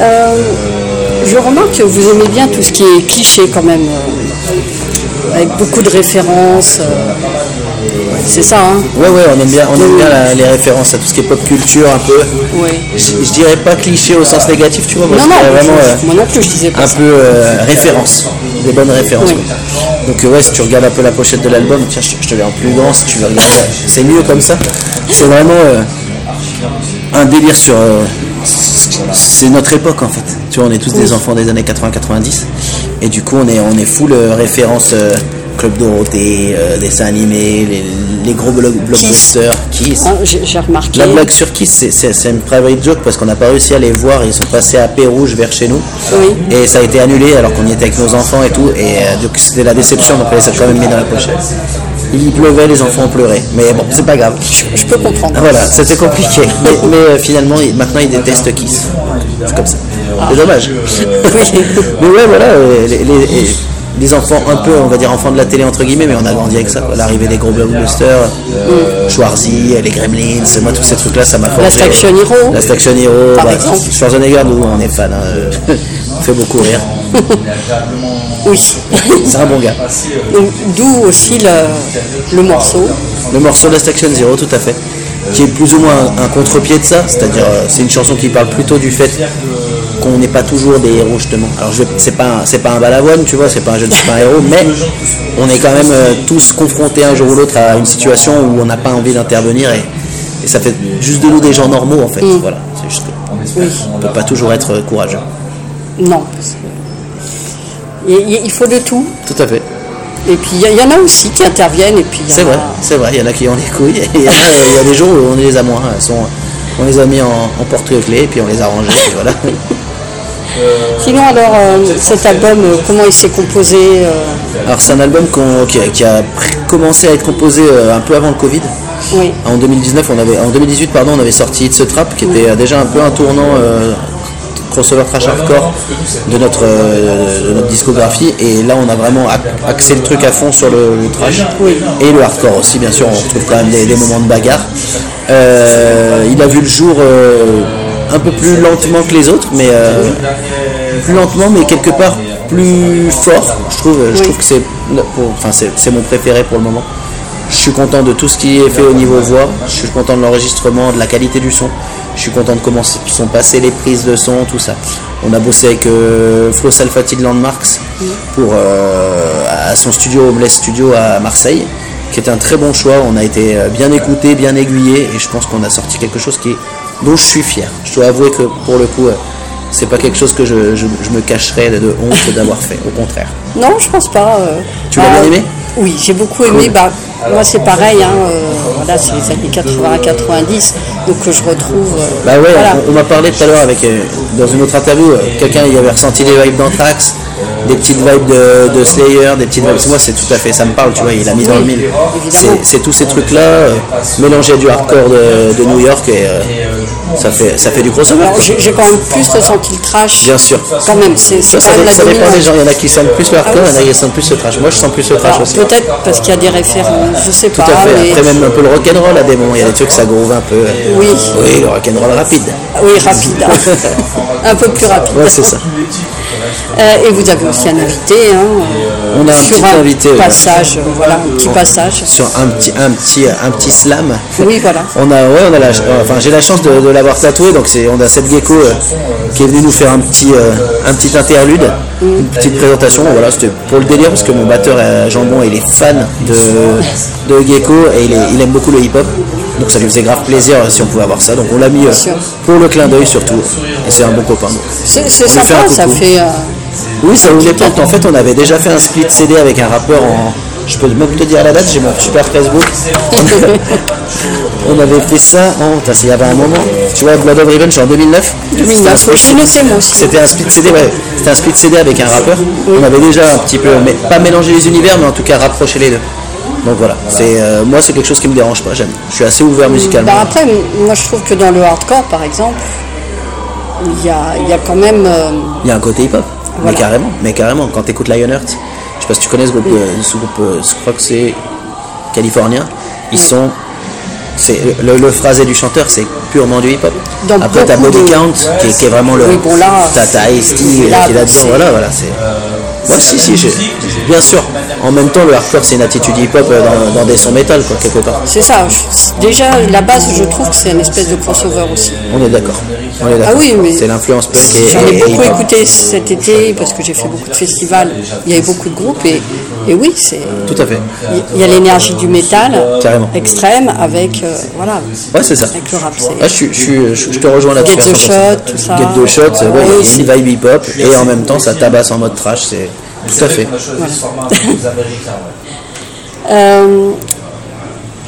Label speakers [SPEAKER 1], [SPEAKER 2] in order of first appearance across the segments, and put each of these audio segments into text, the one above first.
[SPEAKER 1] Euh, je remarque que vous aimez bien tout ce qui est cliché quand même, euh, avec beaucoup de références. euh, c'est ça, hein
[SPEAKER 2] Ouais, ouais, on aime bien, on aime bien la- les références à tout ce qui est pop culture un peu.
[SPEAKER 1] Oui.
[SPEAKER 2] Je, je dirais pas cliché au sens négatif, tu vois, moi,
[SPEAKER 1] Non,
[SPEAKER 2] je
[SPEAKER 1] non,
[SPEAKER 2] dirais vraiment euh,
[SPEAKER 1] moi non plus, je disais pas
[SPEAKER 2] un
[SPEAKER 1] ça.
[SPEAKER 2] peu euh, référence, des bonnes références.
[SPEAKER 1] Oui.
[SPEAKER 2] quoi. Donc, euh, ouais, si tu regardes un peu la pochette de l'album, tiens, je, je te l'ai en plus grand, si tu veux regarder, c'est mieux comme ça. C'est vraiment euh, un délire sur. euh, c'est notre époque en fait. Tu vois, on est tous des enfants des années 80-90. Et du coup, on est, on est full euh, référence euh, Club Dorothée, euh, dessins animés, les, les gros blo- blockbusters, Kiss.
[SPEAKER 1] Hein, J'ai j'ai remarqué.
[SPEAKER 2] La blague sur Kiss, c'est- c'est c'est une private joke parce qu'on n'a pas réussi à les voir. Ils sont passés à Pérouge vers chez nous.
[SPEAKER 1] Oui.
[SPEAKER 2] Et ça a été annulé alors qu'on y était avec nos enfants et tout. Et euh, donc c'était la déception, donc on les a quand même mis dans la pochette. Il pleuvait, les enfants ont pleuré. Mais bon, c'est pas grave.
[SPEAKER 1] Je peux comprendre.
[SPEAKER 2] Voilà, c'était compliqué. Mais, mais, euh, finalement, il- maintenant, ils détestent Kiss. C'est comme ça.
[SPEAKER 1] Ah.
[SPEAKER 2] C'est dommage.
[SPEAKER 1] Euh,
[SPEAKER 2] mais ouais, voilà, euh, les, les- les- les enfants, un peu, on va dire enfants de la télé, entre guillemets, mais on a grandi avec ça. quoi. L'arrivée des gros blockbusters,
[SPEAKER 1] Euh,
[SPEAKER 2] euh, Schwarzy, les Gremlins, moi, tous ces trucs-là, ça m'a forgé.
[SPEAKER 1] Last Action Hero.
[SPEAKER 2] Last Action Hero.
[SPEAKER 1] Par
[SPEAKER 2] bah,
[SPEAKER 1] exemple.
[SPEAKER 2] Schwarzenegger, nous, on est fan. hein, euh, on fait beaucoup rire.
[SPEAKER 1] Oui.
[SPEAKER 2] C'est un bon gars.
[SPEAKER 1] Donc, D'où aussi le, le morceau.
[SPEAKER 2] Le morceau Last Action Zero, tout à fait. Qui est plus ou moins un, un contre-pied de ça, c'est-à-dire euh, c'est une chanson qui parle plutôt du fait qu'on n'est pas toujours des héros justement. Alors je, c'est pas un- c'est pas un balavoine, tu vois, c'est pas un je ne suis pas un héros, mais on est quand même euh, tous confrontés un jour ou l'autre à une situation où on n'a pas envie d'intervenir et, et ça fait juste de nous des gens normaux en fait. Voilà, c'est juste que on peut pas toujours être courageux.
[SPEAKER 1] Non. Il, il- il faut de tout.
[SPEAKER 2] Tout à fait.
[SPEAKER 1] Et puis il y, il y en a aussi qui interviennent. Et puis il y en
[SPEAKER 2] C'est vrai,
[SPEAKER 1] a-
[SPEAKER 2] c'est vrai, il y en a qui ont les couilles, et il y en a, euh, il y a des jours où on les a moins, elles sont- on les a mis en, en porte-clés, puis on les a rangés, et voilà.
[SPEAKER 1] Sinon alors euh, cet album, euh, comment il s'est composé euh,
[SPEAKER 2] Alors c'est un album qu'on- qui, a- qui a pr- commencé à être composé euh, un peu avant le Covid.
[SPEAKER 1] Oui.
[SPEAKER 2] En 2019, on avait, en 2018, pardon, on avait sorti It's a Trap, qui était euh, déjà un peu un tournant euh, crossover trash hardcore de notre, euh, de notre discographie. Et là, on a vraiment ac- axé le truc à fond sur le, le trash et le hardcore aussi, bien sûr. On retrouve quand même des, des moments de bagarre. Euh, il a vu le jour euh, un peu plus lentement que les autres, mais euh, plus lentement, mais quelque part plus fort. Je trouve, je trouve que c'est, pour- enfin, c'est c'est mon préféré pour le moment. Je suis content de tout ce qui est fait au niveau voix. Je suis content de l'enregistrement, de la qualité du son. Je suis content de comment s- sont passées les prises de son, tout ça. On a bossé avec euh, Flo Salfati de Landmarks pour euh, à son studio Homeless Studio à Marseille, qui était un très bon choix. On a été euh, bien écouté, bien aiguillé, et je pense qu'on a sorti quelque chose qui dont je suis fier. Je dois avouer que pour le coup, euh, c'est pas quelque chose que je, je- je me cacherais de- de honte d'avoir fait. Au contraire.
[SPEAKER 1] Non, je pense pas. euh,
[SPEAKER 2] Tu l'as
[SPEAKER 1] bah,
[SPEAKER 2] bien aimé
[SPEAKER 1] Oui, j'ai beaucoup aimé. Bah, moi c'est pareil. Hein, euh, voilà, c'est les années 80-90, donc euh, je retrouve. euh,
[SPEAKER 2] Bah ouais,
[SPEAKER 1] voilà.
[SPEAKER 2] on, on m'a parlé tout à l'heure avec euh, dans une autre interview, euh, quelqu'un il avait ressenti des vibes d'Anthrax, des petites vibes de, de Slayer, des petites vibes. Moi c'est tout à fait, ça me parle, tu vois, il a mis dans le mille. C'est- C'est tous ces trucs là mélangés à du hardcore de, de New York et euh, ça fait ça fait du crossover.
[SPEAKER 1] Alors,
[SPEAKER 2] quoi.
[SPEAKER 1] j'ai j'ai quand même plus ressenti le trash.
[SPEAKER 2] Bien sûr.
[SPEAKER 1] Quand même, c'est c'est
[SPEAKER 2] Ça,
[SPEAKER 1] quand
[SPEAKER 2] ça,
[SPEAKER 1] même
[SPEAKER 2] dé-
[SPEAKER 1] la
[SPEAKER 2] ça dépend
[SPEAKER 1] dominante.
[SPEAKER 2] des gens, il y en a qui sentent plus le hardcore,
[SPEAKER 1] Ah oui.
[SPEAKER 2] il y en a qui sentent plus le trash. Moi je sens plus le trash
[SPEAKER 1] Alors,
[SPEAKER 2] aussi.
[SPEAKER 1] Peut-être parce qu'il y a des références, je sais
[SPEAKER 2] Tout
[SPEAKER 1] pas.
[SPEAKER 2] à fait.
[SPEAKER 1] mais-
[SPEAKER 2] Après même un peu le rock'n'roll à des moments, il y a des trucs ça groove un peu.
[SPEAKER 1] Oui.
[SPEAKER 2] Oui, le rock'n'roll rapide.
[SPEAKER 1] Oui, rapide. hein. un peu plus rapide.
[SPEAKER 2] Ouais, c'est ça.
[SPEAKER 1] Euh, et vous avez aussi un invité. hein, euh,
[SPEAKER 2] On a un
[SPEAKER 1] sur
[SPEAKER 2] petit invité, ouais.
[SPEAKER 1] Passage, euh, voilà, un petit passage.
[SPEAKER 2] sur un petit un petit un petit slam.
[SPEAKER 1] Oui, voilà.
[SPEAKER 2] On a ouais, on a la ch- enfin j'ai la chance de, de l'avoir tatoué donc c'est on a Seth Gecko euh, qui est venu nous faire un petit euh, un petit interlude, une petite présentation. Voilà, c'était pour le délire parce que mon batteur euh, Jambon il est fan de de Gecko et il, est- il aime beaucoup le hip hop. Donc ça lui faisait grave plaisir euh, si on pouvait avoir ça. Donc on l'a mis euh,
[SPEAKER 1] sûr.
[SPEAKER 2] pour le clin d'œil surtout et c'est un bon copain.
[SPEAKER 1] C'est c'est
[SPEAKER 2] lui fait
[SPEAKER 1] sympa,
[SPEAKER 2] un
[SPEAKER 1] ça
[SPEAKER 2] coucou.
[SPEAKER 1] fait. euh,
[SPEAKER 2] Oui, ça voulait pas. En fait, on avait déjà fait un split CD avec un rappeur en. Je peux même te dire la date, j'ai mon super Facebook.
[SPEAKER 1] euh,
[SPEAKER 2] on avait fait ça en. putain, c'est il y avait un moment. Tu vois, Blood of Revenge en 2009. C'était un
[SPEAKER 1] 2009,
[SPEAKER 2] split-
[SPEAKER 1] je l'ai noté, moi aussi.
[SPEAKER 2] C'était un split CD, ouais. C'était un split CD avec un rappeur. On avait déjà un petit peu. Mais, pas mélangé les univers, mais en tout cas rapproché les deux. Donc voilà, c'est euh, moi c'est quelque chose qui me dérange pas, j'aime. Je suis assez ouvert musicalement.
[SPEAKER 1] bah, après, m- moi je trouve que dans le hardcore, par exemple, il y a, il y a quand même. euh,
[SPEAKER 2] Il y a un côté hip-hop, mais
[SPEAKER 1] Voilà.
[SPEAKER 2] carrément, mais carrément, quand t'écoutes Lionheart, je sais pas si tu connais ce groupe, euh, ce groupe, euh, je crois que c'est californien, ils sont c'est le, le phrasé du chanteur, c'est purement du hip-hop.
[SPEAKER 1] Dans
[SPEAKER 2] Après, t'as
[SPEAKER 1] beaucoup
[SPEAKER 2] Body
[SPEAKER 1] de-
[SPEAKER 2] Count, qui est, qui est vraiment le.
[SPEAKER 1] Oui, bon, là,
[SPEAKER 2] t'as t'as Ice-T, euh,
[SPEAKER 1] c'est- là,
[SPEAKER 2] qui est là-dedans,
[SPEAKER 1] c'est-
[SPEAKER 2] voilà, voilà. c'est- Moi, si, si, j'ai- bien sûr. En même temps, le hardcore, c'est une attitude hip-hop euh, dans, dans des sons métal, quoi, quelque part.
[SPEAKER 1] C'est ça. Je- Déjà, la base, je trouve que c'est une espèce de crossover aussi.
[SPEAKER 2] On est d'accord. On est d'accord.
[SPEAKER 1] Ah oui, mais-
[SPEAKER 2] C'est l'influence punk et.
[SPEAKER 1] J'en ai
[SPEAKER 2] et- et
[SPEAKER 1] beaucoup
[SPEAKER 2] hip-hop.
[SPEAKER 1] écouté cet été parce que j'ai fait beaucoup de festivals. Il y avait beaucoup de groupes et, et oui, c'est.
[SPEAKER 2] Tout à fait.
[SPEAKER 1] Il y a l'énergie du métal
[SPEAKER 2] Carrément.
[SPEAKER 1] extrême avec euh, voilà.
[SPEAKER 2] Ouais, c'est ça.
[SPEAKER 1] Avec le rap, c'est-
[SPEAKER 2] Ah, je, suis- je, suis- je- je te rejoins là-dessus.
[SPEAKER 1] Get
[SPEAKER 2] à
[SPEAKER 1] the
[SPEAKER 2] 100%.
[SPEAKER 1] shot, tout ça.
[SPEAKER 2] Get the shot, ouais,
[SPEAKER 1] Ouais,
[SPEAKER 2] il y
[SPEAKER 1] c'est-
[SPEAKER 2] a une vibe hip-hop et en même temps, ça tabasse en mode trash, c'est tout à fait.
[SPEAKER 1] Euh,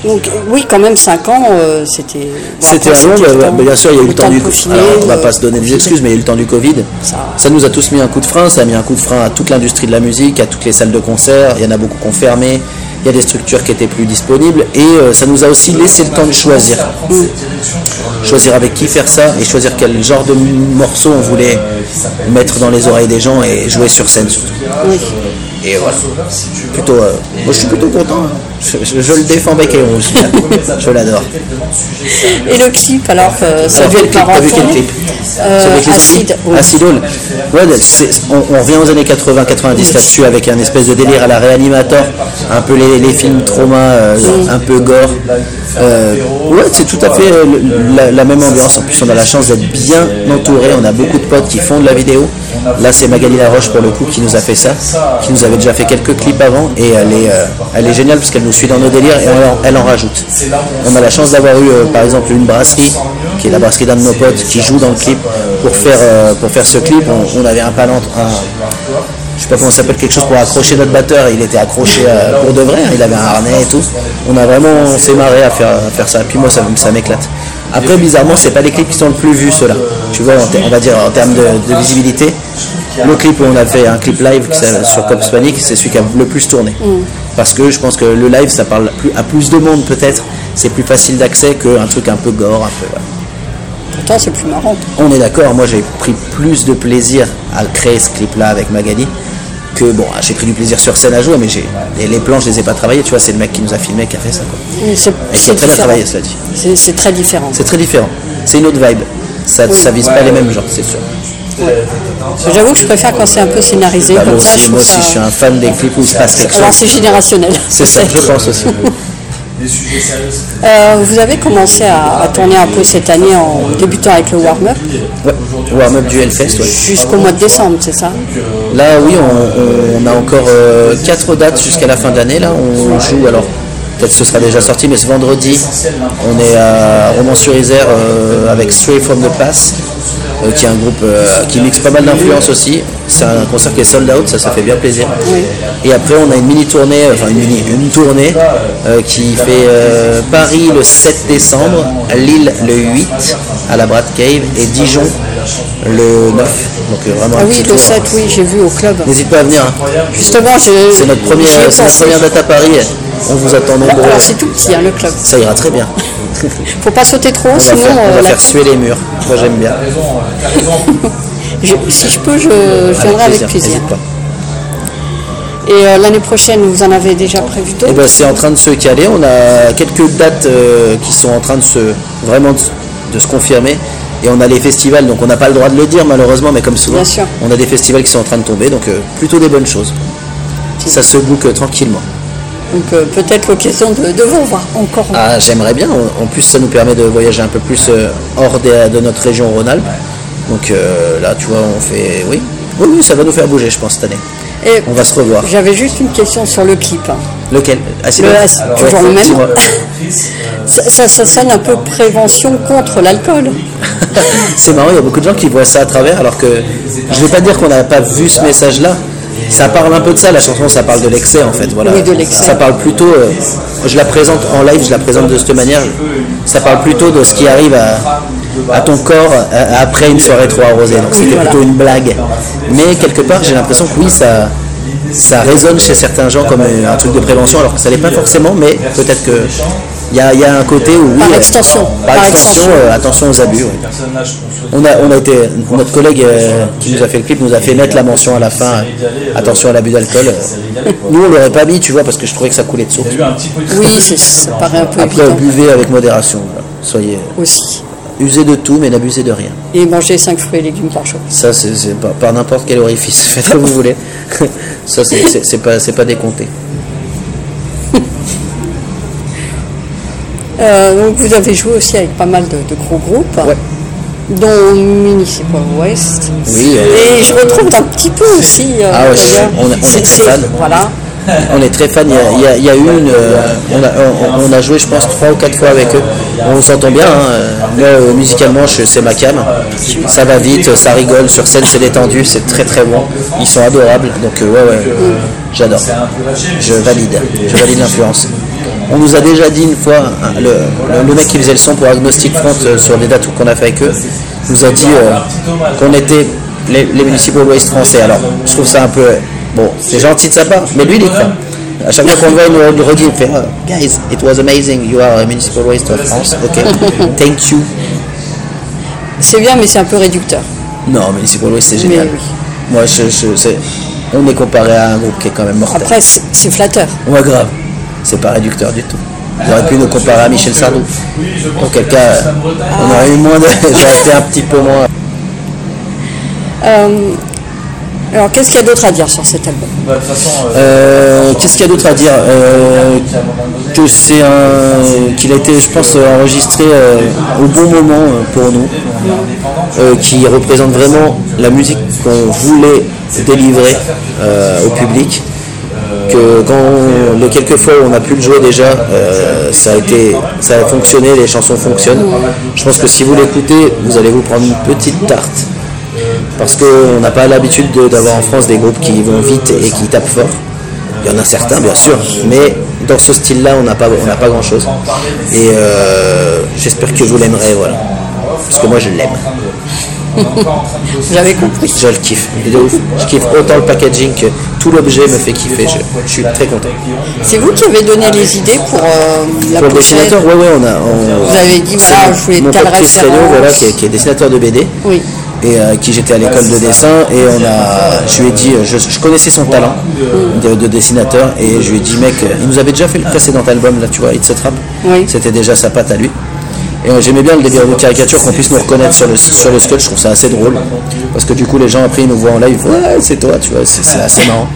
[SPEAKER 1] donc oui, quand même 5 ans, euh, c'était. bon,
[SPEAKER 2] C'était
[SPEAKER 1] après,
[SPEAKER 2] à Londres,
[SPEAKER 1] le
[SPEAKER 2] bah,
[SPEAKER 1] temps-
[SPEAKER 2] bien sûr, il y a eu le temps du
[SPEAKER 1] de peaufiner,
[SPEAKER 2] Alors, on va
[SPEAKER 1] euh,
[SPEAKER 2] pas se donner des excuses, mais il y a eu le temps du Covid.
[SPEAKER 1] Ça-
[SPEAKER 2] Ça nous a tous mis un coup de frein, ça a mis un coup de frein à toute l'industrie de la musique, à toutes les salles de concert, il y en a beaucoup qui ont fermé, il y a des structures qui étaient plus disponibles, et euh, ça nous a aussi laissé le temps de choisir. Choisir avec qui faire ça, et choisir quel genre de morceau on voulait mettre dans les oreilles des gens et jouer sur scène surtout. Et voilà. Plutôt, euh, moi, je suis plutôt content. hein. Je, je- je le défends bec et rouge. je l'adore.
[SPEAKER 1] Et le clip, alors euh, ça a
[SPEAKER 2] Alors,
[SPEAKER 1] dû
[SPEAKER 2] quel
[SPEAKER 1] être
[SPEAKER 2] clip
[SPEAKER 1] marrant
[SPEAKER 2] T'as vu
[SPEAKER 1] à
[SPEAKER 2] quel
[SPEAKER 1] tourner.
[SPEAKER 2] clip
[SPEAKER 1] Euh,
[SPEAKER 2] Avec les skis
[SPEAKER 1] Acide, oui.
[SPEAKER 2] Acid Hall. Ouais, c'est- on, on revient aux années 80-90 là-dessus avec un espèce de délire à la réanimator, un peu les, les films trauma, euh, un peu gore. Euh, ouais, c'est tout à fait euh, le- la, la même ambiance. En plus, on a la chance d'être bien entouré. On a beaucoup de potes qui font de la vidéo. Là, c'est Magali Laroche pour le coup qui nous a fait ça, qui nous avait déjà fait quelques clips avant et elle est, euh, elle est géniale parce qu'elle nous suit dans nos délires et elle en- elle en rajoute. On a la chance d'avoir eu euh, par exemple une brasserie qui est la brasserie d'un de nos potes qui joue dans le clip pour faire, euh, pour faire ce clip. On, on avait un palant, un- je sais pas comment ça s'appelle, quelque chose pour accrocher notre batteur. Il était accroché euh, pour de vrai, il avait un harnais et tout. On a vraiment fait marrer à faire, à faire ça. Puis moi, ça, m- ça m'éclate. Après, bizarrement, c'est pas les clips qui sont le plus vus, ceux-là. Tu vois, en ter- on va dire en termes de, de visibilité. Le clip où on a fait un clip live qui s'appelle- sur Cops Panic, c'est celui qui a le plus tourné. Parce que je pense que le live, ça parle plus- à plus de monde peut-être. C'est plus facile d'accès qu'un truc un peu gore, un peu. voilà.
[SPEAKER 1] Pourtant, c'est plus marrant.
[SPEAKER 2] On est d'accord, moi j'ai pris plus de plaisir à créer ce clip-là avec Magali que bon, j'ai pris du plaisir sur scène à jouer, mais j'ai les, les plans je les ai pas travaillés, tu vois, c'est le mec qui nous a filmé qui a fait ça. quoi.
[SPEAKER 1] Mais C'est
[SPEAKER 2] Et qui a
[SPEAKER 1] c'est
[SPEAKER 2] très bien
[SPEAKER 1] différent.
[SPEAKER 2] travaillé, cela dit.
[SPEAKER 1] C'est- C'est très différent.
[SPEAKER 2] C'est très différent, c'est une autre vibe, ça, ça vise pas les mêmes genres, c'est sûr.
[SPEAKER 1] J'avoue que je préfère quand c'est un peu scénarisé
[SPEAKER 2] Bah, moi
[SPEAKER 1] comme ça.
[SPEAKER 2] aussi,
[SPEAKER 1] je
[SPEAKER 2] moi
[SPEAKER 1] trouve
[SPEAKER 2] aussi,
[SPEAKER 1] ça-
[SPEAKER 2] je suis un fan des clips où il se passe quelque
[SPEAKER 1] Alors
[SPEAKER 2] chose.
[SPEAKER 1] c'est générationnel.
[SPEAKER 2] C'est ça, je
[SPEAKER 1] peut-être.
[SPEAKER 2] pense aussi.
[SPEAKER 1] Euh, vous avez commencé à, à tourner un peu cette année en débutant avec le warm-up
[SPEAKER 2] Ouais. Warm-up du Hellfest, ouais.
[SPEAKER 1] jusqu'au mois de décembre, c'est ça
[SPEAKER 2] Là, oui, on, on a encore 4 dates jusqu'à la fin de l'année. Là, on joue alors. Peut-être que ce sera déjà sorti, mais ce vendredi, on est à Romans-sur-Isère euh, avec Stray from the Pass, euh, qui est un groupe euh, qui mixe pas mal d'influences aussi. C'est un concert qui est sold out, ça, ça fait bien plaisir. Et après, on a une mini tournée, enfin une mini, une tournée euh, qui fait euh, Paris le 7 décembre, Lille le 8 à la Brad Cave et Dijon le 9. Donc euh, vraiment
[SPEAKER 1] Ah
[SPEAKER 2] un
[SPEAKER 1] oui,
[SPEAKER 2] petit
[SPEAKER 1] le
[SPEAKER 2] tour.
[SPEAKER 1] 7, oui, j'ai vu au club.
[SPEAKER 2] N'hésite pas à venir. hein.
[SPEAKER 1] Justement, je-
[SPEAKER 2] C'est notre
[SPEAKER 1] j'y ai
[SPEAKER 2] première, c'est notre
[SPEAKER 1] pensé.
[SPEAKER 2] première date à Paris. On vous attend nombreux.
[SPEAKER 1] Alors c'est tout petit, hein, le club.
[SPEAKER 2] Ça ira très bien.
[SPEAKER 1] Faut pas sauter trop, haut,
[SPEAKER 2] On va
[SPEAKER 1] sinon
[SPEAKER 2] faire, on
[SPEAKER 1] euh,
[SPEAKER 2] va
[SPEAKER 1] la-
[SPEAKER 2] faire suer les murs. Moi j'aime bien.
[SPEAKER 3] euh,
[SPEAKER 1] je- si je peux, je, je viendrai avec plaisir.
[SPEAKER 2] n'hésite pas.
[SPEAKER 1] Et euh, l'année prochaine, vous en avez déjà prévu
[SPEAKER 2] Eh
[SPEAKER 1] d'autres
[SPEAKER 2] ben, c'est en train de se caler. On a quelques dates euh, qui sont en train de se vraiment de, se- de se confirmer. Et on a les festivals, donc on n'a pas le droit de le dire malheureusement, mais comme souvent,
[SPEAKER 1] Bien sûr.
[SPEAKER 2] on a des festivals qui sont en train de tomber, donc euh, plutôt des bonnes choses. Ça se boucle tranquillement.
[SPEAKER 1] Donc euh, peut-être l'occasion de, de vous revoir encore.
[SPEAKER 2] Eh ben, Ah, j'aimerais bien. En- En plus, ça nous permet de voyager un peu plus euh, hors des- de notre région Rhône-Alpes. Donc euh, là, tu vois, on fait. Oui. oui, oui, ça va nous faire bouger, je pense, cette année.
[SPEAKER 1] Et
[SPEAKER 2] On va se revoir.
[SPEAKER 1] j'avais juste une question sur le clip. hein.
[SPEAKER 2] Lequel Ah, c'est
[SPEAKER 1] Le-
[SPEAKER 2] bon.
[SPEAKER 1] ah, toujours le même.
[SPEAKER 2] dis-moi.
[SPEAKER 3] euh,
[SPEAKER 1] Ça, ça- ça sonne un peu prévention contre l'alcool.
[SPEAKER 2] c'est marrant, il y a beaucoup de gens qui voient ça à travers, alors que je ne vais pas dire qu'on n'a pas vu ce message-là. Ça parle un peu de ça, la chanson, ça parle de l'excès en fait. Voilà.
[SPEAKER 1] Oui, de l'excès.
[SPEAKER 2] Ça parle plutôt, euh, je la présente en live, je la présente de cette manière. Ça parle plutôt de ce qui arrive à, à ton corps euh, après une soirée trop arrosée. Donc c'était
[SPEAKER 1] voilà.
[SPEAKER 2] plutôt une blague. Mais quelque part, j'ai l'impression que oui, ça, ça résonne chez certains gens comme euh, un truc de prévention, alors que ça l'est pas forcément, mais peut-être que Il y a, il y a un côté où oui,
[SPEAKER 1] Par
[SPEAKER 2] euh,
[SPEAKER 1] extension.
[SPEAKER 2] par
[SPEAKER 1] Par
[SPEAKER 2] extension,
[SPEAKER 1] extension.
[SPEAKER 2] euh, attention aux abus. ouais. On a, on a été, notre collègue euh, qui nous a fait le clip nous a fait mettre la mention à la fin, euh, attention à l'abus d'alcool. euh. Nous on l'aurait pas mis, tu vois, parce que je trouvais que ça coulait de source.
[SPEAKER 1] Oui, c'est- ça paraît un peu
[SPEAKER 2] Après,
[SPEAKER 1] évident
[SPEAKER 2] buvez avec modération. voilà. Soyez
[SPEAKER 1] aussi.
[SPEAKER 2] usez de tout, mais n'abusez de rien.
[SPEAKER 1] Et manger 5 fruits et légumes par jour.
[SPEAKER 2] Ça, c'est c'est par, par n'importe quel orifice. Faites comme vous voulez. Ça, c'est- c'est c'est pas, c'est pas décompté.
[SPEAKER 1] Euh, donc vous avez joué aussi avec pas mal de, de gros groupes,
[SPEAKER 2] Ouais.
[SPEAKER 1] dont Municipal West.
[SPEAKER 2] Oui, euh,
[SPEAKER 1] et je retrouve un petit peu aussi. euh,
[SPEAKER 2] Ah ouais,
[SPEAKER 1] d'ailleurs,
[SPEAKER 2] on est- on est
[SPEAKER 1] cette
[SPEAKER 2] très
[SPEAKER 1] chose,
[SPEAKER 2] fan.
[SPEAKER 1] Voilà.
[SPEAKER 2] On est très fans. Il y a- Il y a, il y a eu une. euh, on, a, on- on a joué, je pense, trois ou quatre fois avec eux. On s'entend bien. hein. Moi, euh, musicalement, je- c'est ma cam. Ça va vite, ça rigole. Sur scène, c'est détendu. C'est très très bon. Ils sont adorables. Donc, euh, ouais, ouais. J'adore. Je valide. Je valide l'influence. On nous a déjà dit une fois, hein, le, le- le mec qui faisait le son pour Agnostic Front euh, sur les dates qu'on a fait avec eux, nous a dit euh, qu'on était les, les municipaux ouest français. Alors, je trouve ça un peu. euh, Bon, c'est gentil de sa part, mais lui, il est croit. À chaque fois qu'on le voit, il nous le redit, il fait Ah, Guys, it was amazing, you are a municipal waste of France, ok, thank you.
[SPEAKER 1] C'est bien, mais c'est un peu réducteur.
[SPEAKER 2] Non, municipal waste, c'est génial.
[SPEAKER 1] Mais oui.
[SPEAKER 2] Moi, je, je- c'est- on est comparé à un groupe qui est quand même mortel.
[SPEAKER 1] Après, c'est c'est flatteur.
[SPEAKER 2] Ouais, grave, c'est pas réducteur du tout. J'aurais pu nous comparer à Michel Sardou. Auquel cas, euh, on aurait eu moins de. J'aurais été un petit peu moins.
[SPEAKER 1] Euh, alors, qu'est-ce qu'il y a d'autre à dire sur cet album
[SPEAKER 3] Bah,
[SPEAKER 2] Euh, Qu'est-ce qu'il y a d'autre à dire Euh, Que c'est un. qu'il a été, je pense, enregistré euh, au bon moment euh, pour nous. euh, qui représente vraiment la musique qu'on voulait délivrer euh, au public. Que quand les quelques fois où on a pu le jouer déjà, euh, ça a été, ça a fonctionné, les chansons fonctionnent. Je pense que si vous l'écoutez, vous allez vous prendre une petite tarte parce qu'on n'a pas l'habitude de- d'avoir en France des groupes qui vont vite et qui tapent fort. Il y en a certains, bien sûr, mais dans ce style-là, on n'a pas, on n'a pas grand-chose. Et euh, j'espère que vous l'aimerez, voilà. Parce que moi, je l'aime.
[SPEAKER 1] J'avais compris.
[SPEAKER 2] Je le kiffe, il est de ouf. Je kiffe autant le packaging que tout l'objet me fait kiffer. Je, je suis très content.
[SPEAKER 1] C'est vous qui avez donné les idées pour euh, la
[SPEAKER 2] Ah. Pour le
[SPEAKER 1] pochette.
[SPEAKER 2] dessinateur, ouais, ouais, on a. on-
[SPEAKER 1] Vous avez dit,
[SPEAKER 2] c'est
[SPEAKER 1] voilà,
[SPEAKER 2] mon-
[SPEAKER 1] je voulais
[SPEAKER 2] mon
[SPEAKER 1] telle
[SPEAKER 2] pote Chris Reynaud,
[SPEAKER 1] référence.
[SPEAKER 2] voilà, qui est, qui est dessinateur de BD.
[SPEAKER 1] Oui.
[SPEAKER 2] Et euh, qui j'étais à l'école de dessin et on a, je lui ai dit, euh, je, je connaissais son talent de, de dessinateur et je lui ai dit mec, euh, il nous avait déjà fait le précédent album là, tu vois, It's a Trap.
[SPEAKER 1] Oui.
[SPEAKER 2] C'était déjà sa patte à lui. Et euh, j'aimais bien le délire de caricature qu'on puisse nous reconnaître sur le sur le sketch, je trouve ça assez drôle parce que du coup les gens après ils nous voient en live, ils font, ouais c'est toi, tu vois, c'est c'est assez marrant.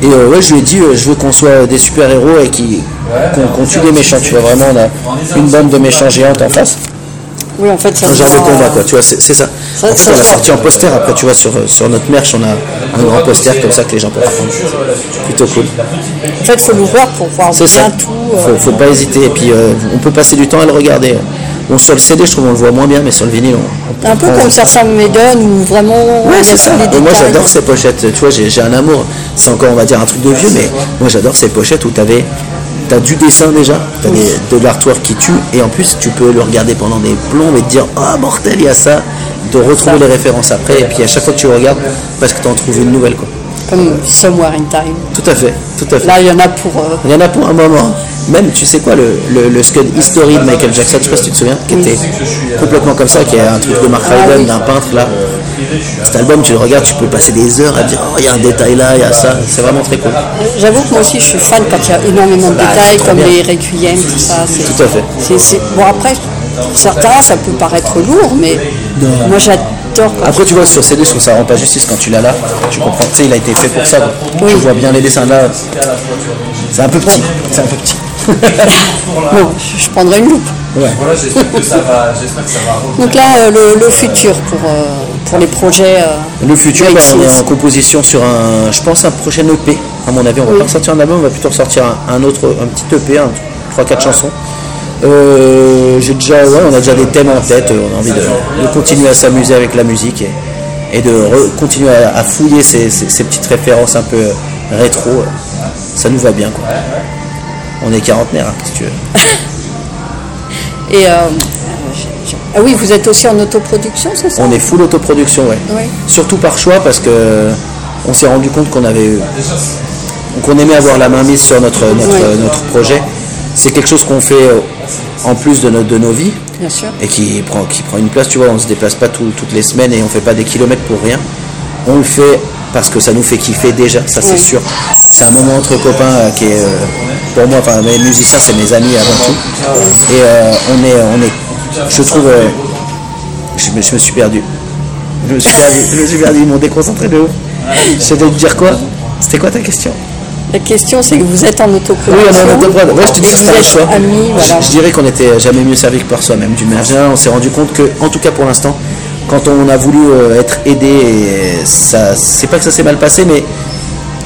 [SPEAKER 2] Et euh, ouais, je lui ai dit, euh, je veux qu'on soit des super héros et qui qu'on qu'on tue des méchants, tu vois vraiment on a une bande de méchants géantes en face.
[SPEAKER 1] Oui, en fait, ça
[SPEAKER 2] Un
[SPEAKER 1] se
[SPEAKER 2] genre de
[SPEAKER 1] voit-
[SPEAKER 2] combat, quoi, tu vois, c'est c'est ça.
[SPEAKER 1] Ça,
[SPEAKER 2] En fait,
[SPEAKER 1] ça-
[SPEAKER 2] on a sorti en poster, après, tu vois, sur, sur notre merch, on a un grand poster comme ça que les gens peuvent prendre. C'est Plutôt cool.
[SPEAKER 1] En fait, il faut l'ouvrir pour voir
[SPEAKER 2] C'est
[SPEAKER 1] bien
[SPEAKER 2] ça.
[SPEAKER 1] tout.
[SPEAKER 2] Faut,
[SPEAKER 1] euh,
[SPEAKER 2] faut pas hésiter. Et puis, euh, on peut passer du temps à le regarder. Bon, sur le CD, je trouve, on le voit moins bien, mais sur le vinyle, on.
[SPEAKER 1] un peu
[SPEAKER 2] on-
[SPEAKER 1] comme certains m'édonnent où vraiment. on
[SPEAKER 2] Ouais,
[SPEAKER 1] a
[SPEAKER 2] c'est
[SPEAKER 1] tous
[SPEAKER 2] ça.
[SPEAKER 1] les
[SPEAKER 2] Et moi,
[SPEAKER 1] détails.
[SPEAKER 2] j'adore ces pochettes. Tu vois, j'ai j'ai un amour. C'est encore, on va dire, un truc de vieux, mais moi, j'adore ces pochettes où t'avais. T'as du dessin déjà, t'as des- de l'artwork qui tue, et en plus tu peux le regarder pendant des plombs et te dire Ah mortel, il y a ça, de retrouver les références après, et puis à chaque fois que tu le regardes, parce que t'en trouves une nouvelle quoi.
[SPEAKER 1] Comme Somewhere in Time.
[SPEAKER 2] Tout à fait, tout à fait.
[SPEAKER 1] Là, il y en a pour. euh,
[SPEAKER 2] Il y en a pour un moment. Même, tu sais quoi, le, le, le Scud History de Michael Jackson, je sais pas si tu te souviens, qui était complètement comme ça, qui est un truc de Mark
[SPEAKER 1] Ah
[SPEAKER 2] Ryden,
[SPEAKER 1] oui.
[SPEAKER 2] d'un peintre là. Cet album, tu le regardes, tu peux passer des heures à dire Oh, il y a un détail là, il y a ça. C'est vraiment très cool.
[SPEAKER 1] J'avoue que moi aussi, je suis fan quand il y a énormément de
[SPEAKER 2] Bah, c'est
[SPEAKER 1] détails,
[SPEAKER 2] trop
[SPEAKER 1] comme
[SPEAKER 2] bien.
[SPEAKER 1] les requiem, tout ça. c'est-
[SPEAKER 2] Tout à fait.
[SPEAKER 1] c'est- c'est- Bon, après, pour certains, ça peut paraître lourd, mais moi, j'adore quand
[SPEAKER 2] Après, tu vois, sur CD, je trouve que ça rend pas justice quand tu l'as là. Tu comprends, tu sais, il a été fait pour ça. quoi. Tu vois bien les dessins là. C'est un peu petit. C'est un peu petit.
[SPEAKER 1] Bon, je- je prendrai une loupe.
[SPEAKER 2] Ouais.
[SPEAKER 3] Voilà, j'espère que ça va, j'espère que ça va revenir.
[SPEAKER 1] Donc là, euh, le, le futur pour, euh, pour les projets. euh,
[SPEAKER 2] Le futur,
[SPEAKER 1] Great
[SPEAKER 2] bah, on est
[SPEAKER 1] Sins.
[SPEAKER 2] en composition sur un, je pense, un prochain EP. À mon avis, on va pas sortir un album, on va plutôt sortir un, un autre, un petit EP, un, trois, quatre chansons. Euh, j'ai déjà, ouais, on a déjà des thèmes en tête. euh, On a envie de, de continuer à s'amuser avec la musique et, et de re- continuer à, à fouiller ces, ces- ces petites références un peu euh, rétro. euh. Ça nous va bien, quoi. On est quarantenaire, hein, qu'est-ce que tu veux.
[SPEAKER 1] Et euh, j'ai- j'ai- ah oui, vous êtes aussi en autoproduction, c'est ça
[SPEAKER 2] On est full autoproduction, ouais.
[SPEAKER 1] Oui.
[SPEAKER 2] Surtout par choix parce que euh, on s'est euh, rendu compte qu'on avait qu'on aimait avoir la main mise sur notre notre,
[SPEAKER 1] Ouais.
[SPEAKER 2] notre projet c'est quelque chose qu'on fait euh, en plus de, no- de nos vies
[SPEAKER 1] bien sûr.
[SPEAKER 2] et qui prend, qui prend une place. Tu vois, on se déplace pas tout- toutes les semaines et on fait pas des kilomètres pour rien. On le fait parce que ça nous fait kiffer déjà, ça c'est
[SPEAKER 1] Ouais.
[SPEAKER 2] sûr. C'est un moment entre copains euh, qui est, euh, pour moi, enfin mes musiciens c'est mes amis avant tout. Et euh, on est, on est, je trouve, euh, je, me, je me suis perdu. Je me suis perdu, je me suis perdu, ils m'ont déconcentré de ouf. Je devais te dire quoi C'était quoi ta question
[SPEAKER 1] La question, c'est que vous êtes en autoproduction.
[SPEAKER 2] oui, on a notre droit. Ouais, je te dis
[SPEAKER 1] et
[SPEAKER 2] que
[SPEAKER 1] vous
[SPEAKER 2] c'était un
[SPEAKER 1] êtes
[SPEAKER 2] choix.
[SPEAKER 1] amis,
[SPEAKER 2] Je-
[SPEAKER 1] voilà.
[SPEAKER 2] Je, dirais qu'on n'était jamais mieux servi que par soi-même. Du manière générale, on s'est rendu compte que, en tout cas pour l'instant, quand on a voulu euh, être aidé, et ça, c'est pas que ça s'est mal passé, mais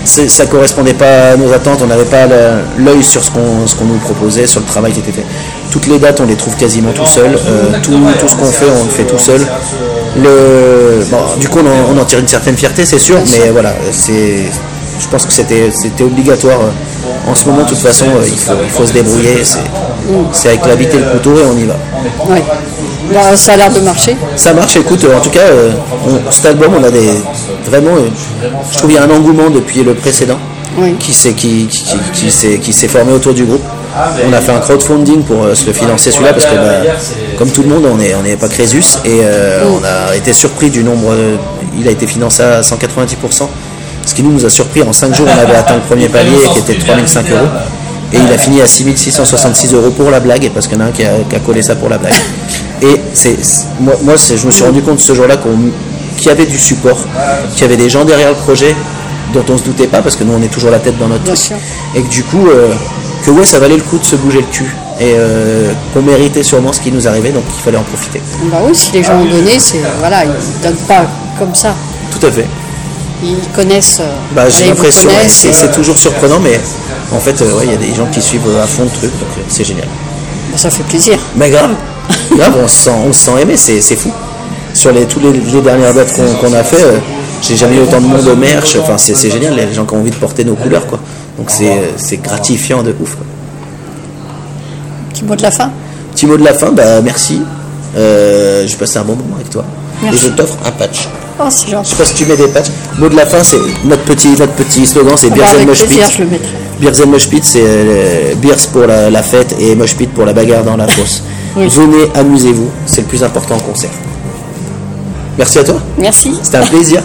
[SPEAKER 2] c'est- ça correspondait pas à nos attentes. On n'avait pas la- l'œil sur ce qu'on ce qu'on nous proposait, sur le travail qui était fait. Toutes les dates, on les trouve quasiment tout seul. Euh, tout, tout ce qu'on fait, on le fait tout seul. Le, bon, du coup, on en, on en tire une certaine fierté, c'est sûr, mais voilà, c'est. Je pense que c'était c'était obligatoire. euh, En ce moment, de toute façon, euh, il faut, il faut se débrouiller. c'est- C'est avec la bite et le couteau et on y va.
[SPEAKER 1] Ouais. Bah, ça a l'air de marcher.
[SPEAKER 2] Ça marche, écoute, euh, en tout cas, euh, on- cet album, on a des. Vraiment, euh, je trouve qu'il y a un engouement depuis le précédent
[SPEAKER 1] Oui.
[SPEAKER 2] qui s'est qui, qui, qui- qui s'est- qui s'est formé autour du groupe. On a fait un crowdfunding pour euh, se financer celui-là parce que, bah, comme tout le monde, on n'est on est pas Crésus et euh, on a été surpris du nombre. euh, Il a été financé à 190%, ce qui nous, nous a surpris. En 5 jours, on avait atteint le premier palier qui était 3005 euros. Et il a fini à 6666 euros pour la blague, parce qu'il y en a un qui a, qui a collé ça pour la blague. Et c'est c'est- moi, moi, c'est- je me suis rendu compte ce jour-là qu'on- qu'il y avait du support, qu'il y avait des gens derrière le projet dont on se doutait pas, parce que nous on est toujours la tête dans notre
[SPEAKER 1] Bien
[SPEAKER 2] truc.
[SPEAKER 1] sûr.
[SPEAKER 2] Et que du coup, euh, que ouais, ça valait le coup de se bouger le cul. Et euh, qu'on méritait sûrement ce qui nous arrivait, donc il fallait en profiter.
[SPEAKER 1] Bah oui, si les gens ont donné, c'est voilà, ils donnent pas comme ça.
[SPEAKER 2] Tout à fait.
[SPEAKER 1] Ils connaissent. euh,
[SPEAKER 2] Bah,
[SPEAKER 1] voilà,
[SPEAKER 2] j'ai
[SPEAKER 1] ils vous euh,
[SPEAKER 2] l'impression, ouais,
[SPEAKER 1] connaissent,
[SPEAKER 2] c'est
[SPEAKER 1] et-
[SPEAKER 2] c'est toujours surprenant, mais en fait, euh, ouais, il y a des gens qui suivent à fond le truc, donc euh, c'est génial.
[SPEAKER 1] bah, ça fait plaisir.
[SPEAKER 2] Mais grave,
[SPEAKER 1] Ah.
[SPEAKER 2] grave, on se sent, on se sent aimé, c'est c'est fou. Sur les, tous les, les dernières dates qu'on qu'on a fait, euh, j'ai jamais eu autant de monde au merch, enfin c'est c'est génial, les gens qui ont envie de porter nos couleurs, quoi. Donc c'est euh, c'est gratifiant de ouf. quoi.
[SPEAKER 1] Petit mot de la fin
[SPEAKER 2] Petit mot de la fin, bah merci. Euh, J'ai passé un bon moment avec toi.
[SPEAKER 1] Merci.
[SPEAKER 2] Et je t'offre un patch.
[SPEAKER 1] Oh, c'est
[SPEAKER 2] Je
[SPEAKER 1] gentil.
[SPEAKER 2] sais pas si tu mets des patchs. Mot de la fin, c'est notre petit, notre petit slogan, c'est
[SPEAKER 1] Ah bah, avec
[SPEAKER 2] Bier
[SPEAKER 1] plaisir, je le mettrai.
[SPEAKER 2] Beers and Moshpit, c'est euh, Beers pour la, la fête et Moshpit pour la bagarre dans la fosse.
[SPEAKER 1] Oui.
[SPEAKER 2] Venez, amusez-vous, c'est le plus important en concert. Merci à toi,
[SPEAKER 1] Merci.
[SPEAKER 2] c'était un plaisir.